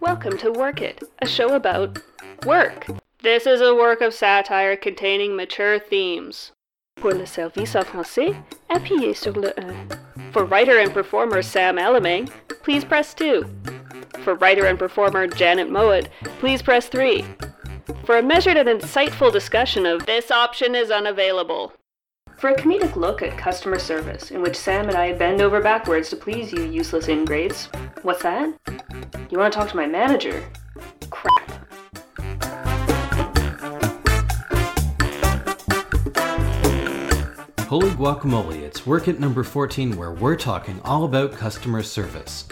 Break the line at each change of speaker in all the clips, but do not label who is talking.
Welcome to Work It, a show about work. This is a work of satire containing mature themes. Pour le service en français, appuyez sur le 1. For writer and performer Sam Alamang, please press 2. For writer and performer Janet Mowat, please press 3. For a measured and insightful discussion of this option is unavailable. For a comedic look at customer service, in which Sam and I bend over backwards to please you, useless ingrates. What's that? You want to talk to my manager? Crap.
Holy guacamole, it's Work It number 14 where we're talking all about customer service.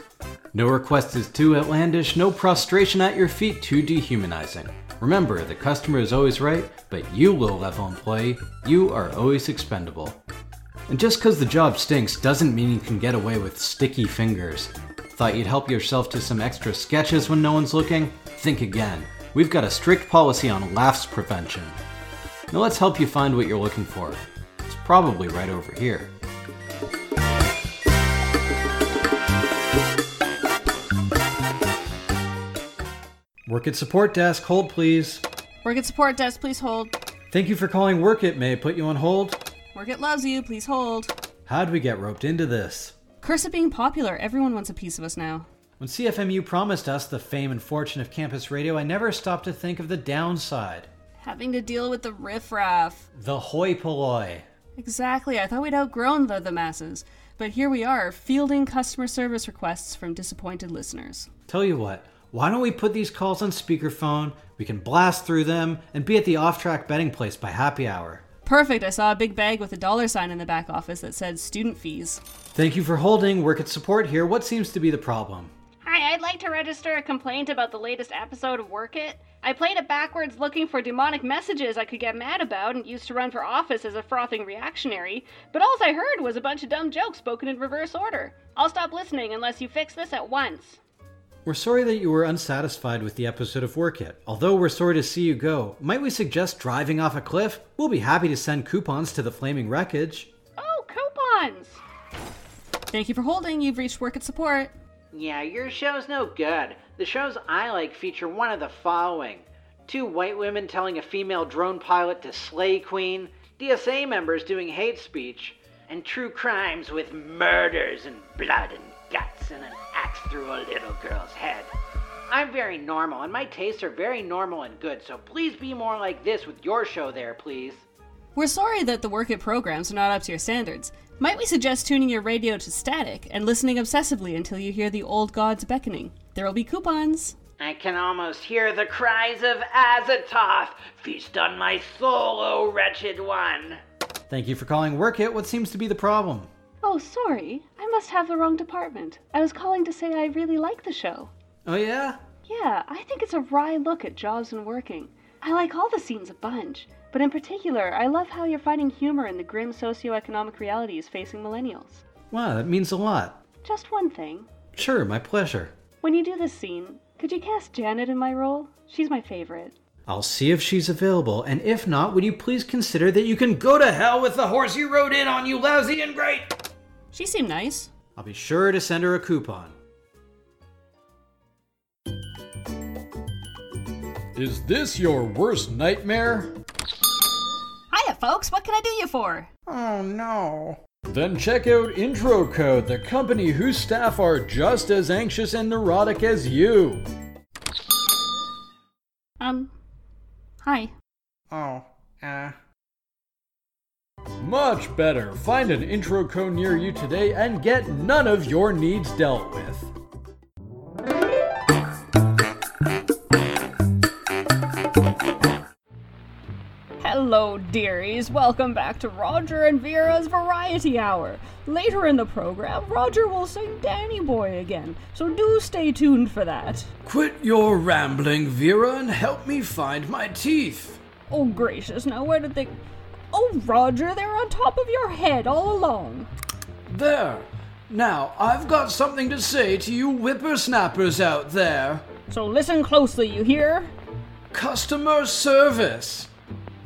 No request is too outlandish, no prostration at your feet too dehumanizing. Remember, the customer is always right, but you, low level employee, you are always expendable. And just because the job stinks doesn't mean you can get away with sticky fingers. Thought you'd help yourself to some extra sketches when no one's looking? Think again. We've got a strict policy on laughs prevention. Now let's help you find what you're looking for. It's probably right over here. Work at support desk, hold please.
Work at support desk, please hold.
Thank you for calling Work It. May I put you on hold?
Work at loves you, please hold.
How'd we get roped into this?
Curse at being popular. Everyone wants a piece of us now.
When CFMU promised us the fame and fortune of campus radio, I never stopped to think of the downside.
Having to deal with the riffraff.
The hoi polloi.
Exactly. I thought we'd outgrown the, the masses. But here we are, fielding customer service requests from disappointed listeners.
Tell you what, why don't we put these calls on speakerphone? We can blast through them and be at the off track betting place by happy hour.
Perfect. I saw a big bag with a dollar sign in the back office that said student fees.
Thank you for holding. Work at support here. What seems to be the problem?
Hi, I'd like to register a complaint about the latest episode of Work It. I played it backwards looking for demonic messages I could get mad about and used to run for office as a frothing reactionary, but all I heard was a bunch of dumb jokes spoken in reverse order. I'll stop listening unless you fix this at once.
We're sorry that you were unsatisfied with the episode of Work It. Although we're sorry to see you go, might we suggest driving off a cliff? We'll be happy to send coupons to the flaming wreckage.
Oh, coupons!
Thank you for holding. You've reached work at support.
Yeah, your show's no good. The shows I like feature one of the following two white women telling a female drone pilot to slay queen, DSA members doing hate speech, and true crimes with murders and blood and guts and an axe through a little girl's head. I'm very normal, and my tastes are very normal and good, so please be more like this with your show there, please.
We're sorry that the work at programs are not up to your standards. Might we suggest tuning your radio to static and listening obsessively until you hear the old gods beckoning? There will be coupons.
I can almost hear the cries of Azatoth, feast on my soul, O wretched one.
Thank you for calling Work It. What seems to be the problem?
Oh, sorry. I must have the wrong department. I was calling to say I really like the show.
Oh, yeah?
Yeah, I think it's a wry look at jobs and working. I like all the scenes a bunch, but in particular, I love how you're finding humor in the grim socioeconomic realities facing millennials.
Wow, that means a lot.
Just one thing.
Sure, my pleasure.
When you do this scene, could you cast Janet in my role? She's my favorite.
I'll see if she's available, and if not, would you please consider that you can go to hell with the horse you rode in on, you lousy ingrate?
She seemed nice.
I'll be sure to send her a coupon.
Is this your worst nightmare?
Hiya, folks. What can I do you for?
Then check out Intro Code, the company whose staff are just as anxious and neurotic as you.
Um, hi.
Much better. Find an Intro Code near you today and get none of your needs dealt with.
Hello, dearies. Welcome back to Roger and Vera's Variety Hour. Later in the program, Roger will sing Danny Boy again, so do stay tuned for that.
Quit your rambling, Vera, and help me find my teeth.
Oh, gracious, now where did they. Oh, Roger, they're on top of your head all along.
There. Now, I've got something to say to you whippersnappers out there.
So listen closely, you hear?
Customer service.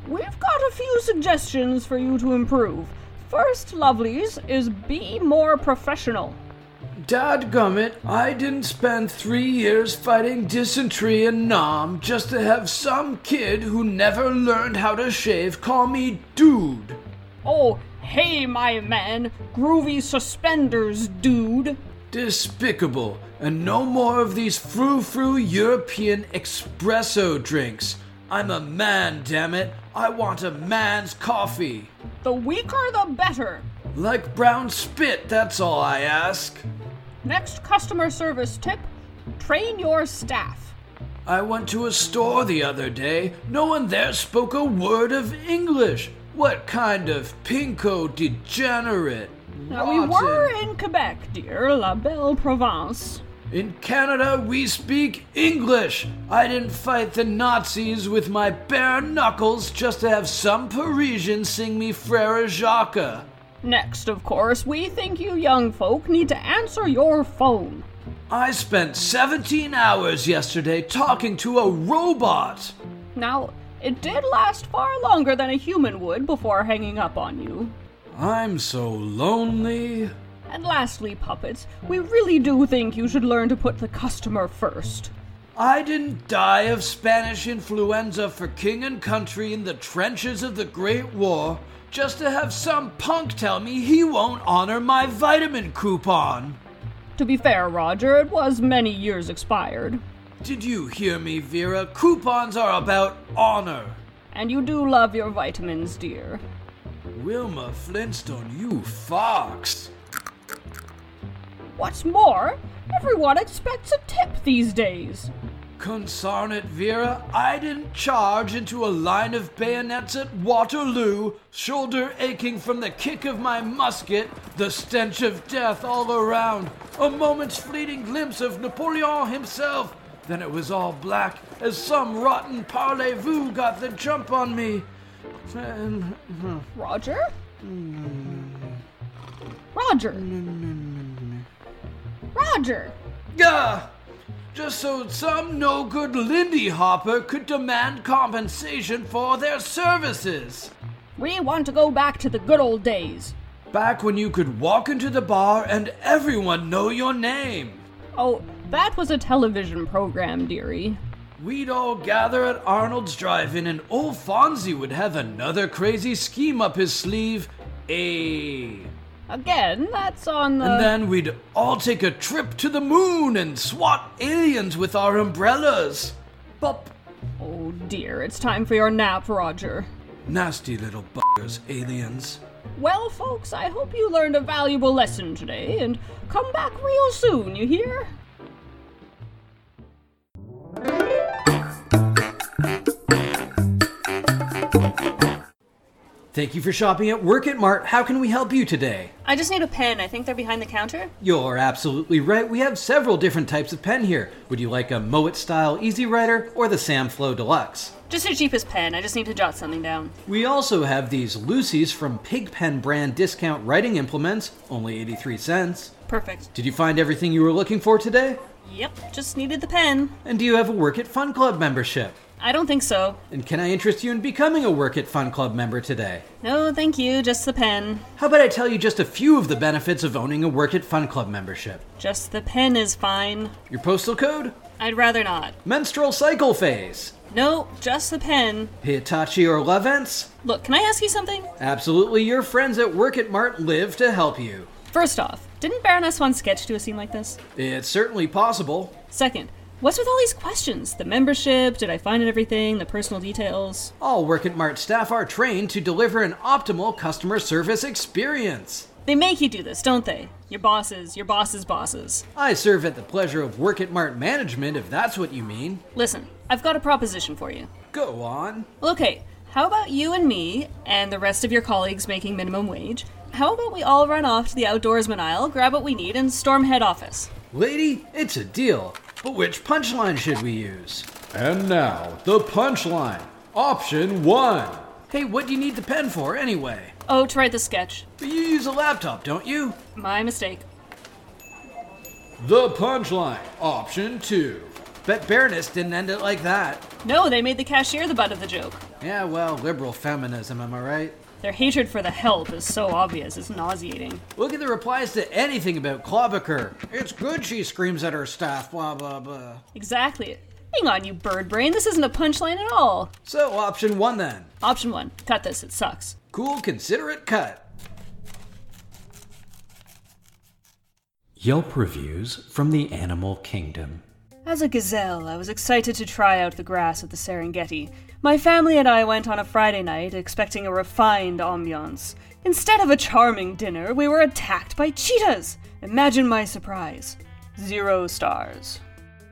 We've got a few suggestions for you to improve. First, lovelies, is be more professional.
Dad gummit, I didn't spend three years fighting dysentery in Nam just to have some kid who never learned how to shave call me dude.
Oh, hey, my man, groovy suspenders, dude.
Despicable, and no more of these frou frou European espresso drinks. I'm a man, damn it. I want a man's coffee.
The weaker, the better.
Like brown spit, that's all I ask.
Next customer service tip train your staff.
I went to a store the other day. No one there spoke a word of English. What kind of pinko degenerate?
Now, we
rotten-
were in Quebec, dear, La Belle Provence.
In Canada, we speak English. I didn't fight the Nazis with my bare knuckles just to have some Parisian sing me Frere Jacques.
Next, of course, we think you young folk need to answer your phone.
I spent 17 hours yesterday talking to a robot.
Now, it did last far longer than a human would before hanging up on you.
I'm so lonely.
And lastly, puppets, we really do think you should learn to put the customer first.
I didn't die of Spanish influenza for king and country in the trenches of the Great War just to have some punk tell me he won't honor my vitamin coupon.
To be fair, Roger, it was many years expired.
Did you hear me, Vera? Coupons are about honor.
And you do love your vitamins, dear.
Wilma Flintstone, you fox.
What's more, everyone expects a tip these days.
Consarn it, Vera. I didn't charge into a line of bayonets at Waterloo, shoulder aching from the kick of my musket, the stench of death all around, a moment's fleeting glimpse of Napoleon himself. Then it was all black as some rotten parlez-vous got the jump on me. And
Roger? Roger! Roger!
Gah! Just so some no good Lindy Hopper could demand compensation for their services.
We want to go back to the good old days.
Back when you could walk into the bar and everyone know your name.
Oh, that was a television program, dearie.
We'd all gather at Arnold's Drive In and old Fonzie would have another crazy scheme up his sleeve. A.
Again, that's on the.
And then we'd all take a trip to the moon and swat aliens with our umbrellas. Bop.
Oh dear, it's time for your nap, Roger.
Nasty little buggers, aliens.
Well, folks, I hope you learned a valuable lesson today and come back real soon, you hear?
Thank you for shopping at Work It Mart. How can we help you today?
I just need a pen. I think they're behind the counter.
You're absolutely right. We have several different types of pen here. Would you like a Moet style Easy Writer or the Sam Flow Deluxe?
Just your cheapest pen. I just need to jot something down.
We also have these Lucy's from Pigpen brand discount writing implements, only 83 cents.
Perfect.
Did you find everything you were looking for today?
Yep, just needed the pen.
And do you have a Work It Fun Club membership?
I don't think so.
And can I interest you in becoming a Work It Fun Club member today?
No, thank you. Just the pen.
How about I tell you just a few of the benefits of owning a Work It Fun Club membership?
Just the pen is fine.
Your postal code?
I'd rather not.
Menstrual cycle phase.
No, just the pen.
Hitachi or Levents?
Look, can I ask you something?
Absolutely, your friends at Work It Mart live to help you.
First off, didn't Baroness von Sketch do a scene like this?
It's certainly possible.
Second, what's with all these questions? The membership, did I find everything, the personal details?
All Work It Mart staff are trained to deliver an optimal customer service experience.
They make you do this, don't they? Your bosses, your bosses' bosses.
I serve at the pleasure of Work It Mart management, if that's what you mean.
Listen, I've got a proposition for you.
Go on.
Well, okay, how about you and me and the rest of your colleagues making minimum wage? How about we all run off to the outdoorsman aisle, grab what we need, and storm head office?
Lady, it's a deal. But which punchline should we use?
And now, the punchline. Option one.
Hey, what do you need the pen for anyway?
Oh, to write the sketch.
You use a laptop, don't you?
My mistake.
The punchline. Option two.
Bet Baroness didn't end it like that.
No, they made the cashier the butt of the joke.
Yeah, well, liberal feminism, am I right?
Their hatred for the help is so obvious, it's nauseating.
Look at the replies to anything about Klobaker. It's good she screams at her staff, blah, blah, blah.
Exactly. Hang on, you bird brain, this isn't a punchline at all.
So, option one then.
Option one cut this, it sucks.
Cool, consider it cut.
Yelp reviews from the animal kingdom.
As a gazelle, I was excited to try out the grass of the Serengeti. My family and I went on a Friday night expecting a refined ambiance. Instead of a charming dinner, we were attacked by cheetahs! Imagine my surprise. Zero stars.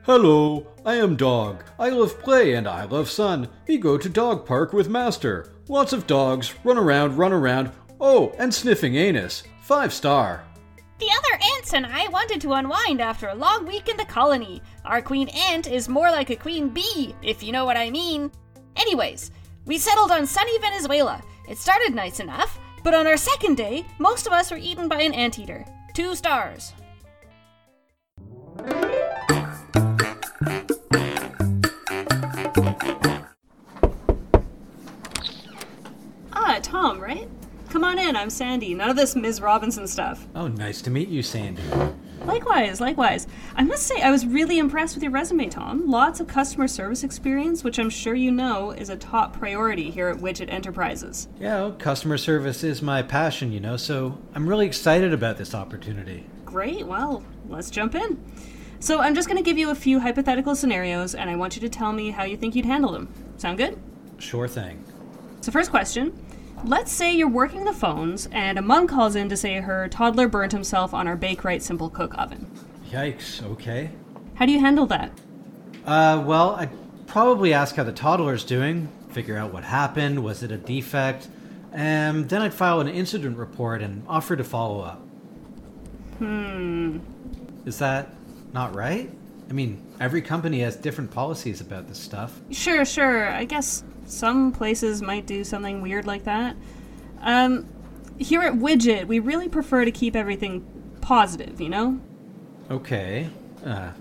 Hello, I am Dog. I love play and I love sun. We go to dog park with master. Lots of dogs, run around, run around. Oh, and sniffing anus. Five star.
The other ants and I wanted to unwind after a long week in the colony. Our queen ant is more like a queen bee, if you know what I mean. Anyways, we settled on sunny Venezuela. It started nice enough, but on our second day, most of us were eaten by an anteater. Two stars. Ah, Tom, right? Come on in, I'm Sandy. None of this Ms. Robinson stuff.
Oh, nice to meet you, Sandy.
Likewise, likewise. I must say, I was really impressed with your resume, Tom. Lots of customer service experience, which I'm sure you know is a top priority here at Widget Enterprises.
Yeah, well, customer service is my passion, you know, so I'm really excited about this opportunity.
Great, well, let's jump in. So, I'm just going to give you a few hypothetical scenarios, and I want you to tell me how you think you'd handle them. Sound good?
Sure thing.
So, first question Let's say you're working the phones, and a mom calls in to say her toddler burned himself on our Bake Right Simple Cook oven.
Yikes, okay.
How do you handle that?
Uh, well, I'd probably ask how the toddler's doing, figure out what happened, was it a defect, and then I'd file an incident report and offer to follow up.
Hmm.
Is that not right? I mean, every company has different policies about this stuff.
Sure, sure. I guess some places might do something weird like that. Um, here at Widget, we really prefer to keep everything positive, you know?
Okay, uh,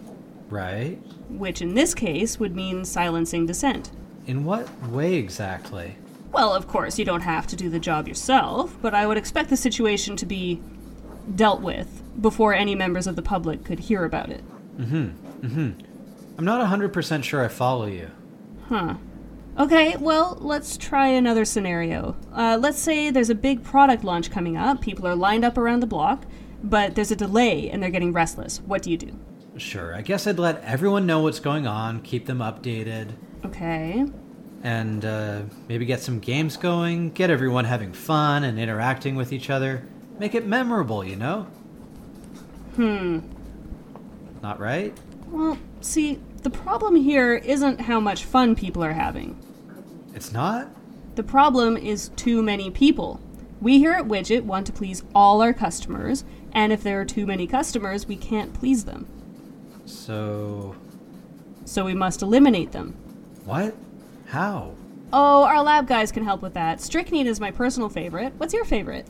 right.
Which in this case would mean silencing dissent.
In what way exactly?
Well, of course, you don't have to do the job yourself, but I would expect the situation to be dealt with before any members of the public could hear about it.
I'm not 100% sure I follow you.
Huh. Okay, well, let's try another scenario. Uh, let's say there's a big product launch coming up, people are lined up around the block, but there's a delay and they're getting restless. What do you do?
Sure, I guess I'd let everyone know what's going on, keep them updated,
Okay.
and uh, maybe get some games going, get everyone having fun and interacting with each other. Make it memorable, you know? Hmm. Not right?
Well, see, the problem here isn't how much fun people are having.
It's not?
The problem is too many people. We here at Widget want to please all our customers, and if there are too many customers, we can't please them.
So.
So we must eliminate them.
What? How?
Oh, our lab guys can help with that. Strychnine is my personal favorite. What's your favorite?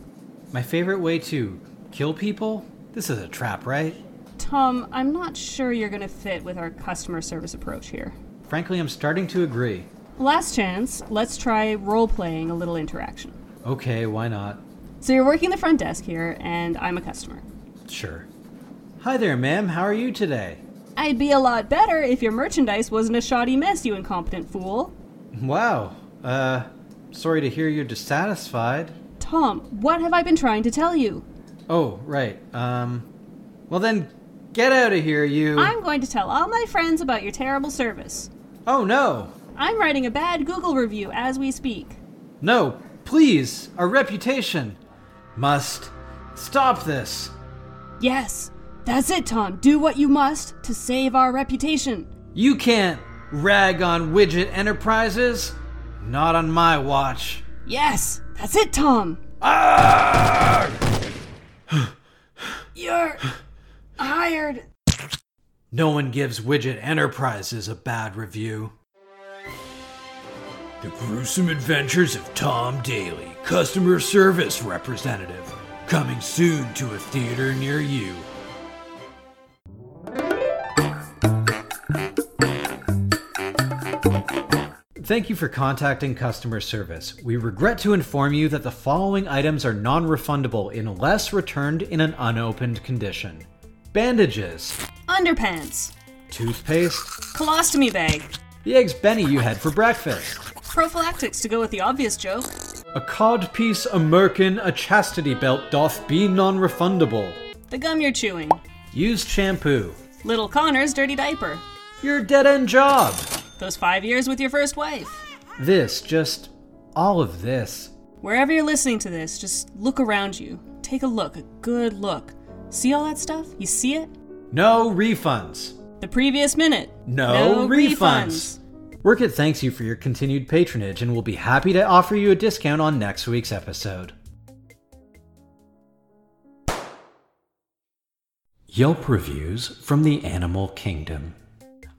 My favorite way to kill people? This is a trap, right?
Tom, I'm not sure you're going to fit with our customer service approach here.
Frankly, I'm starting to agree.
Last chance, let's try role playing a little interaction.
Okay, why not?
So you're working the front desk here, and I'm a customer.
Sure. Hi there, ma'am. How are you today?
I'd be a lot better if your merchandise wasn't a shoddy mess, you incompetent fool.
Wow. Uh, sorry to hear you're dissatisfied.
Tom, what have I been trying to tell you?
Oh, right. Um, well then, get out of here, you.
I'm going to tell all my friends about your terrible service.
Oh no,
I'm writing a bad Google review as we speak.
no! Please, our reputation must stop this.
Yes, that's it, Tom. Do what you must to save our reputation.
You can't rag on Widget Enterprises. Not on my watch.
Yes, that's it, Tom. You're hired.
No one gives Widget Enterprises a bad review.
The gruesome adventures of Tom Daly, customer service representative, coming soon to a theater near you.
Thank you for contacting customer service. We regret to inform you that the following items are non refundable unless returned in an unopened condition bandages,
Underpants.
toothpaste,
Colostomy bag.
the eggs Benny you had for breakfast,
Prophylactics to go with the obvious joke.
a codpiece, a merkin, a chastity belt doth be non refundable,
The gum you're chewing.
used shampoo,
Little Connor's dirty diaper.
your dead end job.
Those five years with your first wife.
This, just all of this.
Wherever you're listening to this, just look around you. Take a look, a good look. See all that stuff? You see it?
No refunds.
The previous minute.
No refunds. Work It thanks you for your continued patronage and we will be happy to offer you a discount on next week's episode. Yelp reviews from the animal kingdom.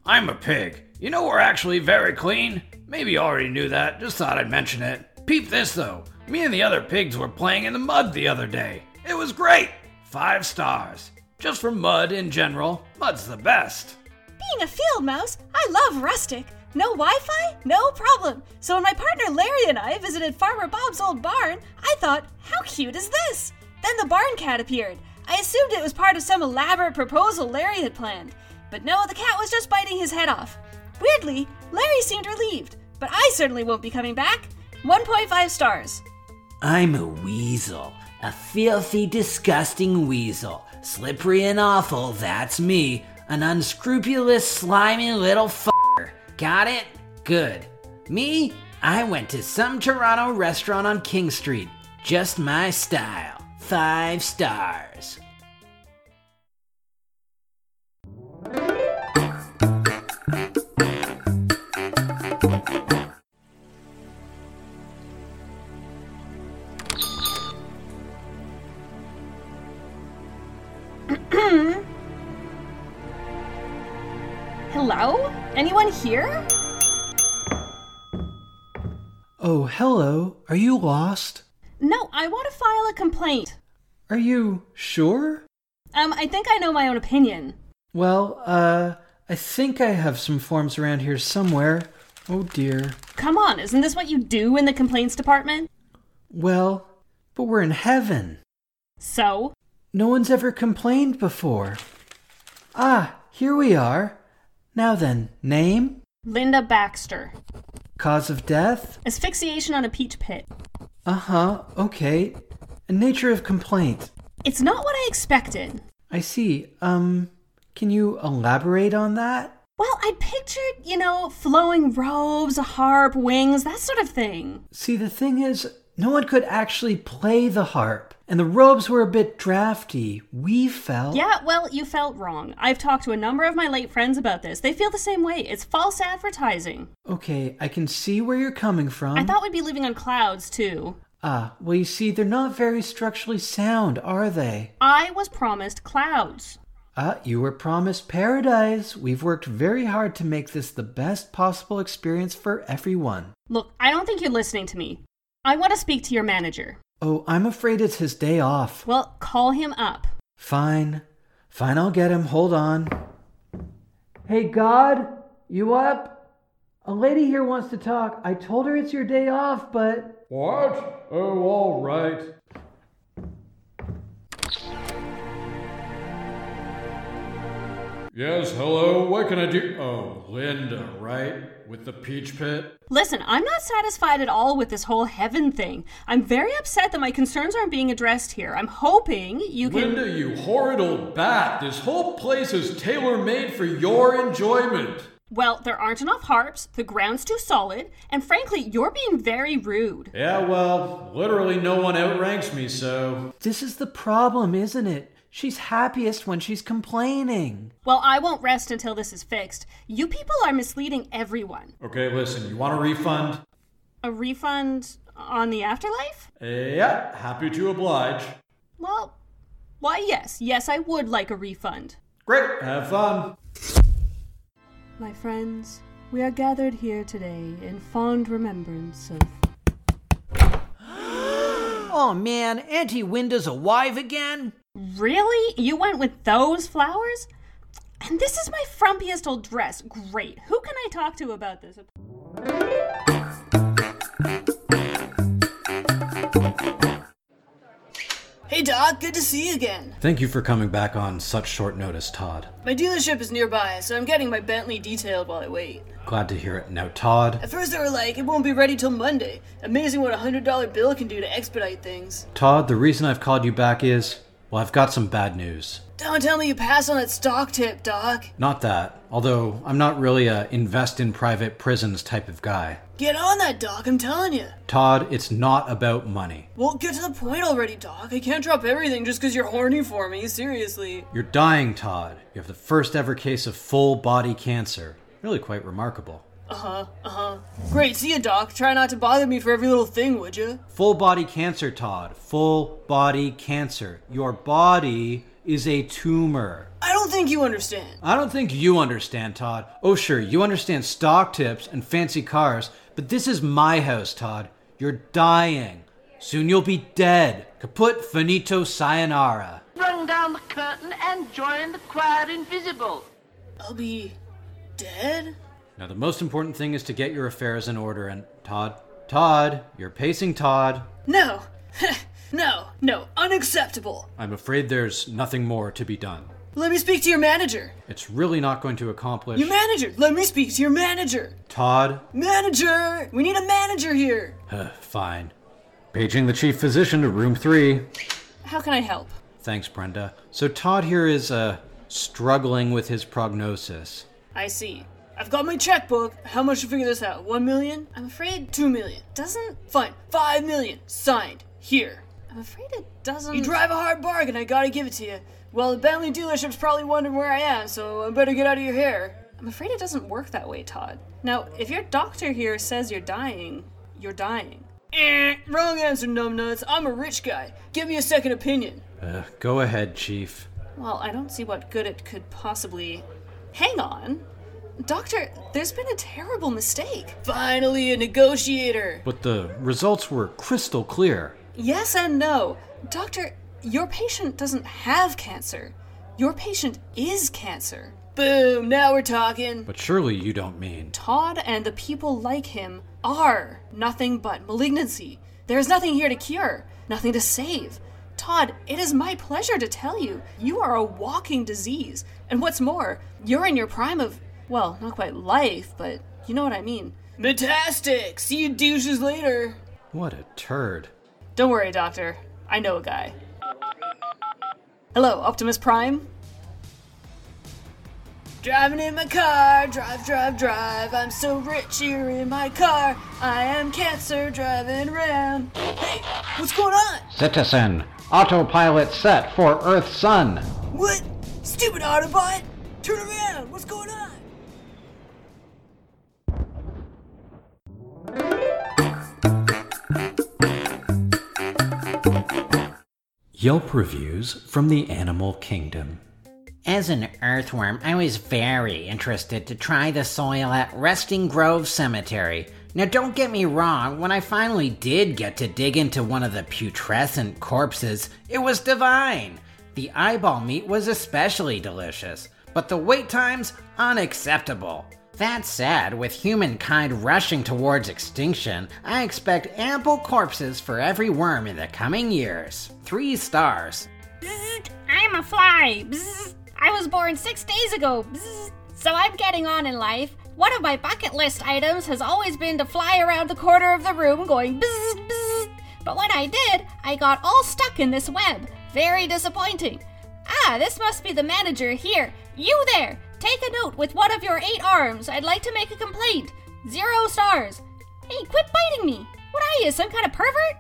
I'm a pig. You know we're actually very clean? Maybe you already knew that, just thought I'd mention it. Peep this though. Me and the other pigs were playing in the mud the other day. It was great! Five stars. Just for mud in general, mud's the best.
Being a field mouse, I love rustic. No Wi Fi? No problem. So when my partner Larry and I visited Farmer Bob's old barn, I thought, how cute is this? Then the barn cat appeared. I assumed it was part of some elaborate proposal Larry had planned. But no, the cat was just biting his head off. Weirdly, Larry seemed relieved, but I certainly won't be coming back. 1.5 stars.
I'm a weasel. A filthy, disgusting weasel. Slippery and awful, that's me. An unscrupulous, slimy little f***er. Got it? Good. Me? I went to some Toronto restaurant on King Street. Just my style. Five stars.
Hello? Anyone here?
Oh, hello. Are you lost?
No, I want to file a complaint.
Are you sure?
Um, I think I know my own opinion.
Well, uh, I think I have some forms around here somewhere. Oh dear.
Come on, isn't this what you do in the complaints department?
Well, but we're in heaven.
So,
No one's ever complained before. Ah, here we are. Now then, name,
Linda Baxter.
cause of death?
Asphyxiation on a peach pit.
Uh huh, okay. Nature of complaint.
It's not what I expected.
I see. Um, can you elaborate on that?
Well, I pictured, you know, flowing robes, a harp, wings, that sort of thing.
See, the thing is, no one could actually play the harp, and the robes were a bit drafty. We felt.
Yeah, well, you felt wrong. I've talked to a number of my late friends about this. They feel the same way. It's false advertising.
Okay, I can see where you're coming from.
I thought we'd be living on clouds, too.
Ah, well, you see, they're not very structurally sound, are they?
I was promised clouds.
Ah, you were promised paradise. We've worked very hard to make this the best possible experience for everyone.
Look, I don't think you're listening to me. I want to speak to your manager.
Oh, I'm afraid it's his day off.
Well, call him up.
Fine. Fine, I'll get him. Hold on. Hey, God, you up? A lady here wants to talk. I told her it's your day off, but.
What? Oh, all right. Yes, hello. What can I do? Oh, Linda, right? With the peach pit?
Listen, I'm not satisfied at all with this whole heaven thing. I'm very upset that my concerns aren't being addressed here. I'm hoping you can.
Linda, you horrid old bat. This whole place is tailor made for your enjoyment.
Well, there aren't enough harps, the ground's too solid, and frankly, you're being very rude.
Yeah, well, literally no one outranks me, so.
This is the problem, isn't it? She's happiest when she's complaining.
Well, I won't rest until this is fixed. You people are misleading everyone.
Okay, listen, you want a refund?
A refund on the afterlife?
Yeah, happy to oblige.
Well, why, yes. Yes, I would like a refund.
Great, have fun.
My friends, we are gathered here today in fond remembrance of.
Oh man, Auntie Winda's alive again?
Really? You went with those flowers? And this is my frumpiest old dress. Great. Who can I talk to about this? Hey, Doc, good to see you again.
Thank you for coming back on such short notice, Todd.
My dealership is nearby, so I'm getting my Bentley detailed while I wait.
Glad to hear it. Now, Todd.
At first, they were like, it won't be ready till Monday. Amazing what a $100 bill can do to expedite things.
Todd, the reason I've called you back is, well, I've got some bad news.
Don't tell me you passed on that stock tip, Doc.
Not that, although I'm not really a invest in private prisons type of guy.
Get on that, Doc, I'm telling you.
Todd, it's not about money.
Well, get to the point already, Doc. I can't drop everything just because you're horny for me, seriously.
You're dying, Todd. You have the first ever case of full body cancer. Really quite remarkable.
Uh huh, uh huh. Great, see ya, Doc. Try not to bother me for every little thing, would you?
Full body cancer, Todd. Full body cancer. Your body is a tumor.
I don't think you understand.
I don't think you understand, Todd. Oh, sure, you understand stock tips and fancy cars, but this is my house, Todd. You're dying. Soon you'll be dead. Kaput finito sayonara.
Run down the curtain and join the crowd invisible.
I'll be dead?
Now, the most important thing is to get your affairs in order, and Todd, Todd, you're pacing Todd.
No. no, no, unacceptable.
I'm afraid there's nothing more to be done.
Let me speak to your manager.
It's really not going to accomplish.
Your manager, let me speak to your manager.
Todd?
Manager! We need a manager here.
Huh, fine. Paging the chief physician to room three.
How can I help?
Thanks, Brenda. So, Todd here is, uh, struggling with his prognosis.
I see. I've got my checkbook. How much to figure this out? One million? I'm afraid two million.
Doesn't.
Fine, five million. Signed. Here.
I'm afraid it doesn't.
You drive a hard bargain, I gotta give it to you. Well, the Bentley dealership's probably wondering where I am, so I better get out of your hair.
I'm afraid it doesn't work that way, Todd. Now, if your doctor here says you're dying, you're dying.
Eh, wrong answer, numbnuts. I'm a rich guy. Give me a second opinion.
Uh, go ahead, chief.
Well, I don't see what good it could possibly. Hang on. Doctor, there's been a terrible mistake.
Finally, a negotiator.
But the results were crystal clear.
Yes and no. Doctor, your patient doesn't have cancer. Your patient is cancer.
Boom, now we're talking.
But surely you don't mean.
Todd and the people like him are nothing but malignancy. There is nothing here to cure, nothing to save. Todd, it is my pleasure to tell you, you are a walking disease. And what's more, you're in your prime of, well, not quite life, but you know what I mean.
Metastic! See you douches later.
What a turd.
Don't worry, Doctor. I know a guy. Hello, Optimus Prime?
Driving in my car, drive, drive, drive. I'm so rich here in my car. I am cancer driving around. Hey, what's going on?
Citizen, autopilot set for Earth Sun.
What? Stupid Autobot! Turn around! What's going on?
Yelp reviews from the animal kingdom.
As an earthworm, I was very interested to try the soil at Resting Grove Cemetery. Now, don't get me wrong, when I finally did get to dig into one of the putrescent corpses, it was divine. The eyeball meat was especially delicious, but the wait times unacceptable. That said, with humankind rushing towards extinction, I expect ample corpses for every worm in the coming years. Three stars.
Bzzzt, I'm a fly. Bzzzt, I was born six days ago. Bzzzt, so I'm getting on in life. One of my bucket list items has always been to fly around the corner of the room going bzzzt, bzzzt. But when I did, I got all stuck in this web. Very disappointing. Ah, this must be the manager here. You there! Take a note with one of your eight arms. I'd like to make a complaint. Zero stars. Hey, quit biting me! What are you, some kind of pervert?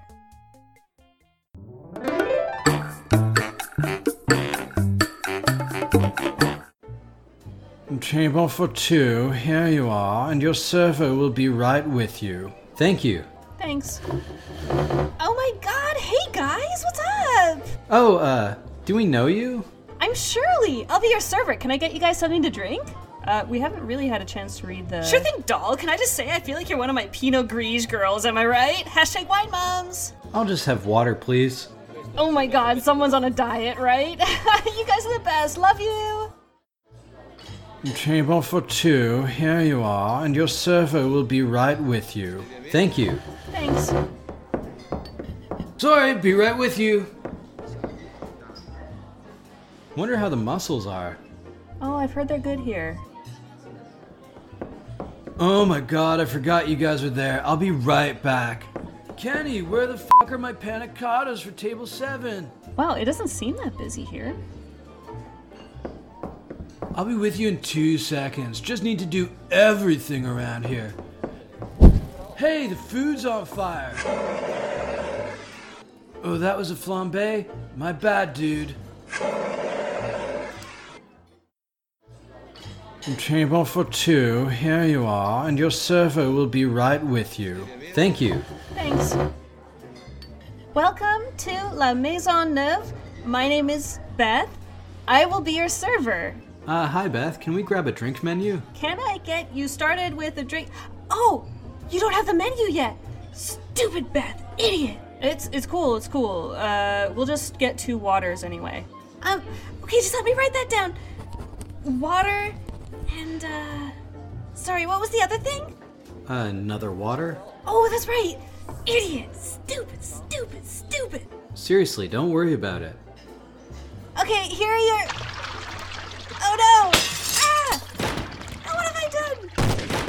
Table for two, here you are, and your server will be right with you.
Thank you.
Thanks. Oh my god, hey guys, what's up?
Oh, uh, do we know you?
I'm Shirley. I'll be your server. Can I get you guys something to drink? Uh, we haven't really had a chance to read the.
Sure thing, doll. Can I just say I feel like you're one of my Pinot Gris girls, am I right? Hashtag wine moms.
I'll just have water, please.
Oh my god, someone's on a diet, right? you guys are the best. Love you.
Table for two, here you are, and your server will be right with you.
Thank you.
Thanks.
Sorry, be right with you.
Wonder how the mussels are.
Oh, I've heard they're good here.
Oh my god, I forgot you guys were there. I'll be right back. Kenny, where the fuck are my panna cottas for table seven?
Wow, it doesn't seem that busy here.
I'll be with you in two seconds. Just need to do everything around here. Hey, the food's on fire. Oh, that was a flambe? My bad, dude. Table for two, here you are, and your server will be right with you.
Thank you.
Thanks. Welcome to La Maison Neuve. My name is Beth. I will be your server.
Uh, hi, Beth. Can we grab a drink menu?
Can I get you started with a drink? Oh, you don't have the menu yet. Stupid Beth, idiot. It's it's cool. It's cool. Uh, we'll just get two waters anyway. Um, okay, just let me write that down. Water and uh, sorry, what was the other thing?
Another water?
Oh, that's right. Idiot, stupid, stupid, stupid.
Seriously, don't worry about it.
Okay, here are your. Oh no! Ah! Oh, what have I done?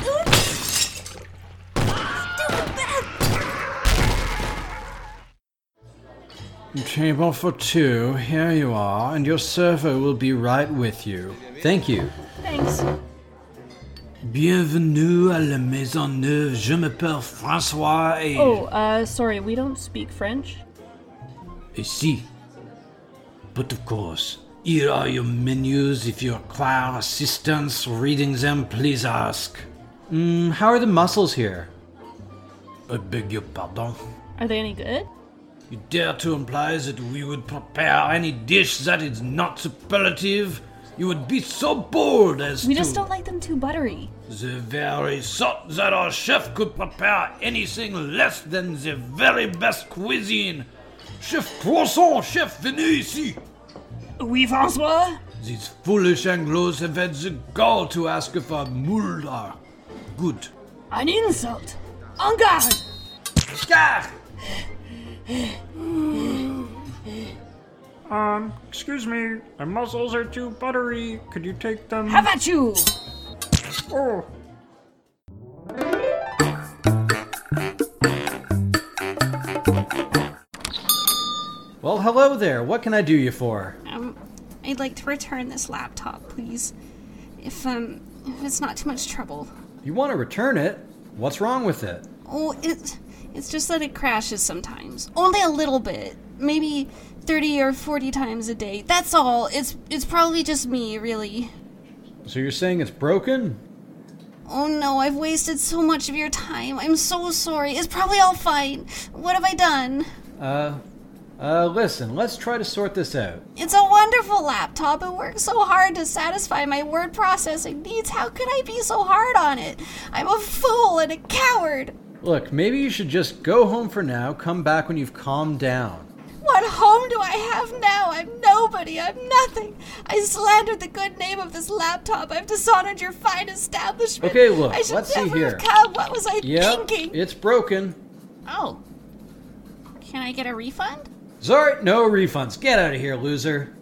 Oops! Stupid Beth!
Table for two, here you are, and your server will be right with you.
Thank you.
Thanks.
Bienvenue à la Maison Neuve. Je m'appelle François et.
Oh, uh, sorry, we don't speak French.
Ici. But of course, here are your menus. If you require assistance reading them, please ask.
Mm, How are the mussels here?
I beg your pardon.
Are they any good?
You dare to imply that we would prepare any dish that is not superlative? You would be so bold as
We
to
just don't like them too buttery.
the very thought that our chef could prepare anything less than the very best cuisine. Chef Poisson, chef, venez ici!
Oui, Francois?
These foolish Anglos have had the gall to ask if our mould are good.
An insult! En garde!
Gah!
Um, excuse me, my mussels are too buttery. Could you take them?
Have at you!
oh,
Well, hello there. What can I do you for?
Um, I'd like to return this laptop, please. If um, if it's not too much trouble.
You want to return it? What's wrong with it?
Oh, it, it's just that it crashes sometimes. Only a little bit, maybe thirty or forty times a day. That's all. It's it's probably just me, really.
So you're saying it's broken?
Oh no, I've wasted so much of your time. I'm so sorry. It's probably all fine. What have I done?
Uh, uh, listen, let's try to sort this out.
It's a wonderful laptop. It works so hard to satisfy my word processing needs. How could I be so hard on it? I'm a fool and a coward.
Look, maybe you should just go home for now, come back when you've calmed down.
What home do I have now? I'm nobody. I'm nothing. I slandered the good name of this laptop. I've dishonored your fine establishment.
Okay, look,
I should
let's see
never
here.
Have come. What was I
Yeah,
thinking?
it's broken.
Oh, can I get a refund?
Zart, no refunds. Get out of here, loser.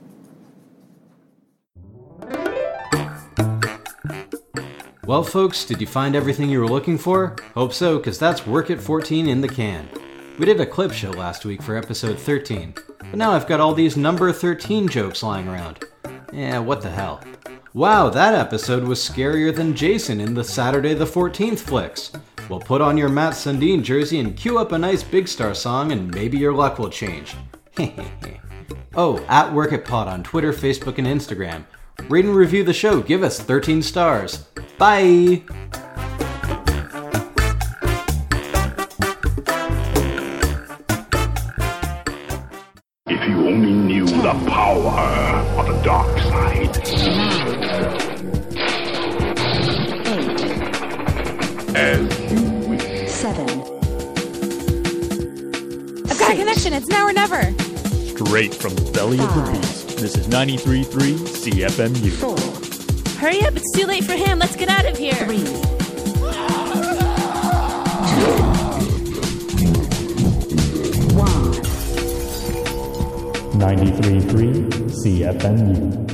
Well, folks, did you find everything you were looking for? Hope so, because that's Work at 14 in the can. We did a clip show last week for episode 13, but now I've got all these number 13 jokes lying around. Yeah, what the hell. Wow, that episode was scarier than Jason in the Saturday the 14th flicks. Well, put on your Matt Sundin jersey and cue up a nice Big Star song, and maybe your luck will change. oh, at Work at Pod on Twitter, Facebook, and Instagram. Rate and review the show. Give us 13 stars. Bye!
If you only knew the power of the dark side. As you wish.
I've got a connection. It's now or never.
Straight from the belly of the beast. This is 93.3 CFMU.
Hurry up. It's too late for him. Let's get out of here.
93.3 CFMU.